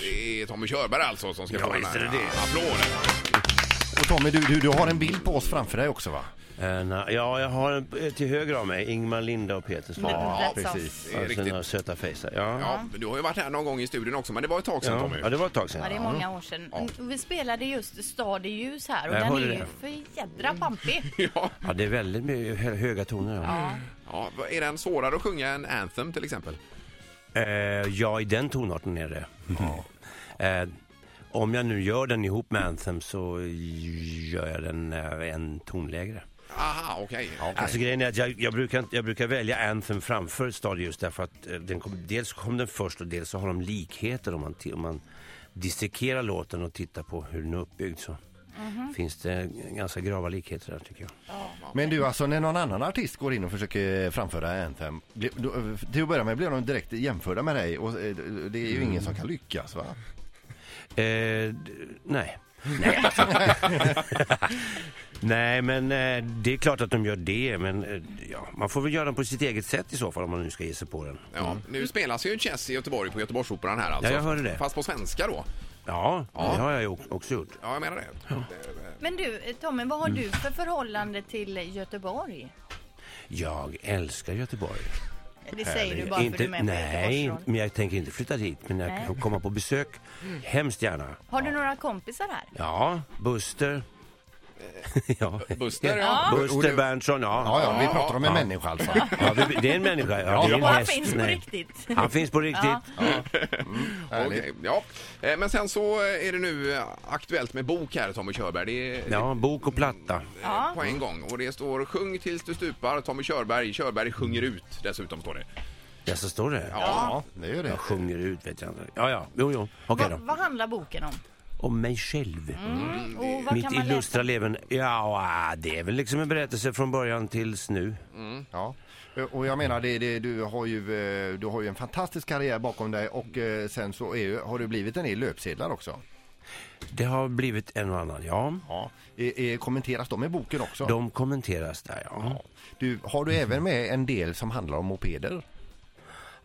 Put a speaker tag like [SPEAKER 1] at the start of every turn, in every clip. [SPEAKER 1] det är Tommy Körberg alltså som ska
[SPEAKER 2] Ja,
[SPEAKER 1] få den
[SPEAKER 2] visst
[SPEAKER 1] här
[SPEAKER 2] är det det.
[SPEAKER 1] applåden.
[SPEAKER 3] Och Tommy, du, du, du har en bild på oss framför dig också va?
[SPEAKER 2] Eh, na- ja, jag har en, eh, till höger av mig Ingmar Linda och Peter Smith.
[SPEAKER 4] Ja,
[SPEAKER 3] precis.
[SPEAKER 1] Det är
[SPEAKER 2] Alltså,
[SPEAKER 1] riktigt.
[SPEAKER 2] några söta fejsar. Ja. Ja.
[SPEAKER 1] Ja, du har ju varit här någon gång i studion också, men det var ett tag sedan
[SPEAKER 2] Ja.
[SPEAKER 1] Tommy.
[SPEAKER 2] det var ett tag
[SPEAKER 4] Ja, det är
[SPEAKER 2] sedan.
[SPEAKER 4] många år sedan. Mm, Vi spelade just Stad i ljus här och
[SPEAKER 2] Jag
[SPEAKER 4] den är
[SPEAKER 2] hörde
[SPEAKER 4] ju
[SPEAKER 2] det.
[SPEAKER 4] för jädra pampig.
[SPEAKER 1] Ja.
[SPEAKER 2] Ja, det är väldigt mycket hö- höga toner. Ja.
[SPEAKER 1] Ja, vad- är den svårare att sjunga än Anthem till exempel?
[SPEAKER 2] Eh, ja, i den tonarten är det. eh, om jag nu gör den ihop med Anthem så gör jag den eh, en ton lägre.
[SPEAKER 1] Aha, okej.
[SPEAKER 2] Alltså grejen är att jag, jag, brukar, inte- jag brukar välja Anthem framför Stadius därför att eh, den kom, dels kom den först och dels så har de likheter om man, ti- om man dissekerar låten och tittar på hur den är uppbyggd så finns det ganska grava likheter där tycker jag.
[SPEAKER 3] Men du, alltså när någon annan artist går in och försöker framföra Anthem, bli- då- till att börja med blir de direkt jämförda med dig och eh, det är ju ingen som kan lyckas va?
[SPEAKER 2] Eh, d- nej. Nej, alltså. nej, men eh, det är klart att de gör det. Men eh, ja, man får väl göra den på sitt eget sätt i så fall om man nu ska ge sig på den.
[SPEAKER 1] Ja, nu spelas ju Chess i Göteborg på Göteborgsoperan här alltså.
[SPEAKER 2] Mm. Ja, jag hörde det.
[SPEAKER 1] Fast på svenska då.
[SPEAKER 2] Ja, det har jag ju o- också gjort.
[SPEAKER 1] Ja, jag menar det.
[SPEAKER 4] Men du eh, Tommy, vad har
[SPEAKER 2] Mm.
[SPEAKER 4] du för förhållande till Göteborg?
[SPEAKER 2] Jag älskar Göteborg.
[SPEAKER 4] Det säger du bara
[SPEAKER 2] inte,
[SPEAKER 4] för du är med
[SPEAKER 2] Nej,
[SPEAKER 4] på Göteborgsråd.
[SPEAKER 2] men jag tänker inte flytta dit. Men jag
[SPEAKER 4] Nej. Mm.
[SPEAKER 2] kan komma på besök. Hemskt gärna.
[SPEAKER 4] Har du några kompisar här?
[SPEAKER 2] Ja, Buster. ja.
[SPEAKER 1] Buster, ja. Och
[SPEAKER 2] Buster
[SPEAKER 1] du-
[SPEAKER 2] Berntsson, Ah. ja.
[SPEAKER 3] Ja, ja, vi pratar om en
[SPEAKER 2] Ja.
[SPEAKER 3] människa alltså.
[SPEAKER 2] Ja, vi- det är en människa. Ja, det är en
[SPEAKER 4] Och han
[SPEAKER 2] häst,
[SPEAKER 4] finns på
[SPEAKER 2] nej.
[SPEAKER 4] riktigt.
[SPEAKER 2] Han finns på riktigt.
[SPEAKER 4] Ja.
[SPEAKER 1] Okej,
[SPEAKER 3] Härligt.
[SPEAKER 1] ja. Eh, Men sen så är det nu eh, aktuellt med bok här, Tommy Körberg. Det är
[SPEAKER 2] Ja, bok och platta.
[SPEAKER 1] eh, på en gång. Och det står Sjung tills du stupar, Tommy Körberg. Körberg sjunger ut, dessutom står det.
[SPEAKER 2] Ja, så står det.
[SPEAKER 3] Ja, det är ju det.
[SPEAKER 2] Jag sjunger ut, vet jag inte. Ja, ja. Jo, jo. Okej
[SPEAKER 4] Vad,
[SPEAKER 2] då.
[SPEAKER 4] vad handlar boken om?
[SPEAKER 2] Om mig själv. Mm.
[SPEAKER 4] Och
[SPEAKER 2] Mitt
[SPEAKER 4] vad Mm. kan man läsa?
[SPEAKER 2] illustra leven. Ja, det är väl liksom en berättelse från början tills nu.
[SPEAKER 3] Ja. Och jag menar, det, det, du, har ju, eh, du har ju en fantastisk karriär bakom dig och eh, sen så är, ju- har du blivit en del löpsedlar också.
[SPEAKER 2] Det har blivit en och annan, ja.
[SPEAKER 3] Ja. E, e, kommenteras de i boken också?
[SPEAKER 2] De kommenteras där, ja.
[SPEAKER 3] Du, har du även med en del som handlar om mopeder?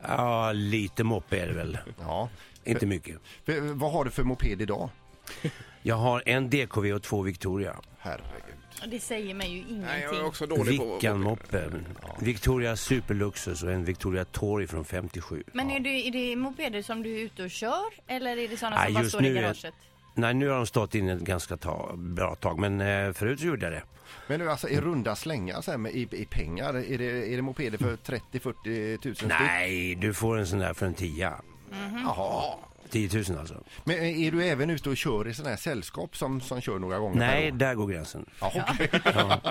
[SPEAKER 2] Ja, lite moppe är det väl.
[SPEAKER 3] Ja.
[SPEAKER 2] Inte mycket.
[SPEAKER 3] För, eh, vad har du för moped idag?
[SPEAKER 2] Jag har en DKV och två Victoria.
[SPEAKER 3] Herregud.
[SPEAKER 4] Det säger mig ju ingenting.
[SPEAKER 1] Nej, jag är också dålig på...
[SPEAKER 2] Vickan moppe. Victoria Superluxus och en Victoria Torrey från 57.
[SPEAKER 4] Men är det, är det mopeder som du är ute och kör eller är det sådana
[SPEAKER 2] Nej,
[SPEAKER 4] som bara
[SPEAKER 2] just
[SPEAKER 4] alltså, står i
[SPEAKER 2] nu är-
[SPEAKER 4] garaget?
[SPEAKER 2] Nej, nu har de stått inne ett ganska ta- bra tag, men eh, förut så gjorde jag det.
[SPEAKER 3] Men du,
[SPEAKER 2] Mm.
[SPEAKER 3] alltså i runda slängar så här med, i, i pengar, är det, är det mopeder för 30-40 tusen styck?
[SPEAKER 2] Mm. Nej, du får en sån där för en tia.
[SPEAKER 3] Jaha.
[SPEAKER 2] 10 000 alltså.
[SPEAKER 3] Men eh, är du även ute och kör i sådana här sällskap som, som kör några gånger
[SPEAKER 2] Nej,
[SPEAKER 3] per år?
[SPEAKER 2] där går gränsen.
[SPEAKER 3] Ja, okej.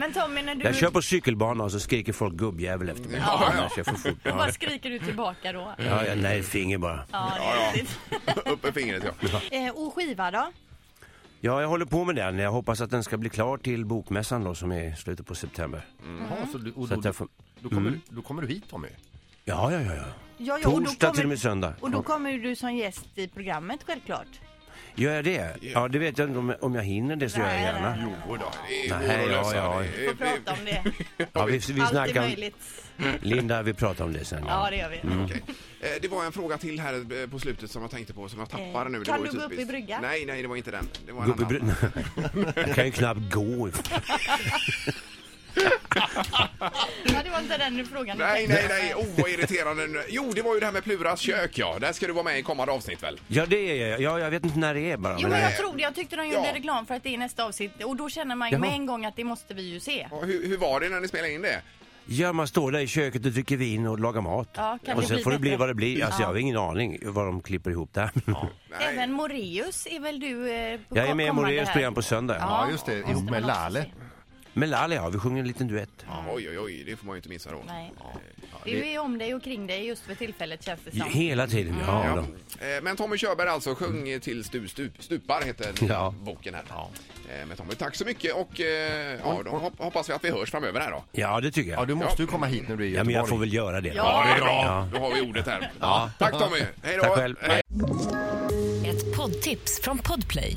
[SPEAKER 4] Men Tommy, när du...
[SPEAKER 2] Jag kör på cykelbana och så skriker folk gubbjävel efter mig. Ja, Jag kör för fort. Ja.
[SPEAKER 4] Vad skriker du tillbaka då?
[SPEAKER 2] Ja, ja, nej, finger bara.
[SPEAKER 4] Ja, det är riktigt.
[SPEAKER 1] Uppe fingret, ja.
[SPEAKER 4] Eh, Och skiva då?
[SPEAKER 2] Ja, jag håller på med den. Jag hoppas att den ska bli klar till bokmässan då som är i slutet på september.
[SPEAKER 3] Jaha, så du, och
[SPEAKER 2] Så
[SPEAKER 3] då,
[SPEAKER 2] att jag får... Mm.
[SPEAKER 3] då, kommer, du- då kommer du hit Tommy?
[SPEAKER 2] Ja, ja, ja. ja.
[SPEAKER 4] Ja, ja, och då
[SPEAKER 2] Torsdag
[SPEAKER 4] kommer-
[SPEAKER 2] till och med söndag.
[SPEAKER 4] Och då kommer ju du som gäst i programmet självklart.
[SPEAKER 2] Gör jag det? Ja, det vet jag inte om, om jag hinner det så gör jag
[SPEAKER 4] Nej,
[SPEAKER 2] gärna.
[SPEAKER 4] nej.
[SPEAKER 3] Jo då.
[SPEAKER 1] Det går
[SPEAKER 2] Nej,
[SPEAKER 1] att
[SPEAKER 2] ja,
[SPEAKER 1] lösa.
[SPEAKER 2] ja.
[SPEAKER 1] Det är-
[SPEAKER 4] Får prata om det.
[SPEAKER 2] Ja, vi, vi
[SPEAKER 4] Allt är
[SPEAKER 2] snackar om... Mm.
[SPEAKER 4] möjligt.
[SPEAKER 2] Linda, vi pratar om det sen.
[SPEAKER 4] Ja, det gör vi.
[SPEAKER 1] Okej. Eh, Det var en fråga till här eh, på slutet som jag tänkte på som jag tappade
[SPEAKER 4] Eh,
[SPEAKER 1] nu. Det
[SPEAKER 4] kan
[SPEAKER 1] var ju
[SPEAKER 4] du gå upp
[SPEAKER 1] typiskt.
[SPEAKER 4] i brygga?
[SPEAKER 1] Nej, nej, det var inte den. Det var en
[SPEAKER 2] Gubbe
[SPEAKER 1] annan.
[SPEAKER 2] Brun... Jag kan ju knappt gå.
[SPEAKER 4] Ja, det var inte den du frågan
[SPEAKER 1] Nej, nej, nej. Oh, vad irriterande. nu. Jo, det var ju det här med Pluras kök, ja. Där ska du vara med i kommande avsnitt väl?
[SPEAKER 2] Ja, det är jag. Ja, jag vet inte när det är bara.
[SPEAKER 4] Jo,
[SPEAKER 2] men-
[SPEAKER 4] men jag trodde, jag tyckte de gjorde
[SPEAKER 1] Ja.
[SPEAKER 4] reklam för att det är nästa avsnitt och då känner man ju
[SPEAKER 2] Jaha.
[SPEAKER 4] med en gång att det måste vi ju se.
[SPEAKER 1] Ja, Hur, hur var det när ni spelade in det?
[SPEAKER 2] Ja, man står där i köket och dricker vin och lagar mat.
[SPEAKER 4] Ja, kan
[SPEAKER 2] och
[SPEAKER 4] det
[SPEAKER 2] sen
[SPEAKER 4] bli
[SPEAKER 2] får det
[SPEAKER 4] bättre?
[SPEAKER 2] bli vad det blir. Alltså,
[SPEAKER 4] Ja.
[SPEAKER 2] Jag har ingen aning vad de klipper ihop där.
[SPEAKER 4] Även Moreus är väl du eh, på
[SPEAKER 2] Jag är med i
[SPEAKER 4] kommande
[SPEAKER 2] Moraeus
[SPEAKER 4] här?
[SPEAKER 2] program på söndag.
[SPEAKER 3] Ja, just det, ihop
[SPEAKER 4] måste
[SPEAKER 3] med
[SPEAKER 4] man också
[SPEAKER 3] Lale.
[SPEAKER 4] se.
[SPEAKER 2] Med Lalle, ja. Vi sjunger en liten duett.
[SPEAKER 1] Oj, oj, oj. Det får man ju inte missa då.
[SPEAKER 4] Nej. Du är om dig och kring dig just för tillfället känns det
[SPEAKER 2] Ja,
[SPEAKER 4] som.
[SPEAKER 2] Hela tiden. Ja,
[SPEAKER 1] Ja.
[SPEAKER 2] då.
[SPEAKER 1] Eh, Men Tommy Körberg alltså, sjung till stu, stup, stupar heter den
[SPEAKER 2] Ja.
[SPEAKER 1] boken här. Eh, Men Tommy, tack så mycket och eh, ja, då hop- hoppas vi att vi hörs framöver här då.
[SPEAKER 2] ja det tycker jag.
[SPEAKER 3] Ja, du måste ju komma hit när du är i
[SPEAKER 2] Ja, men
[SPEAKER 3] Göteborg.
[SPEAKER 2] jag får väl göra det.
[SPEAKER 4] Ja.
[SPEAKER 1] det är bra.
[SPEAKER 2] Ja.
[SPEAKER 1] Då har vi ordet här. Tack Tommy. Hej då.
[SPEAKER 2] Tack själv.
[SPEAKER 1] Hej.
[SPEAKER 5] Ett poddtips från Podplay.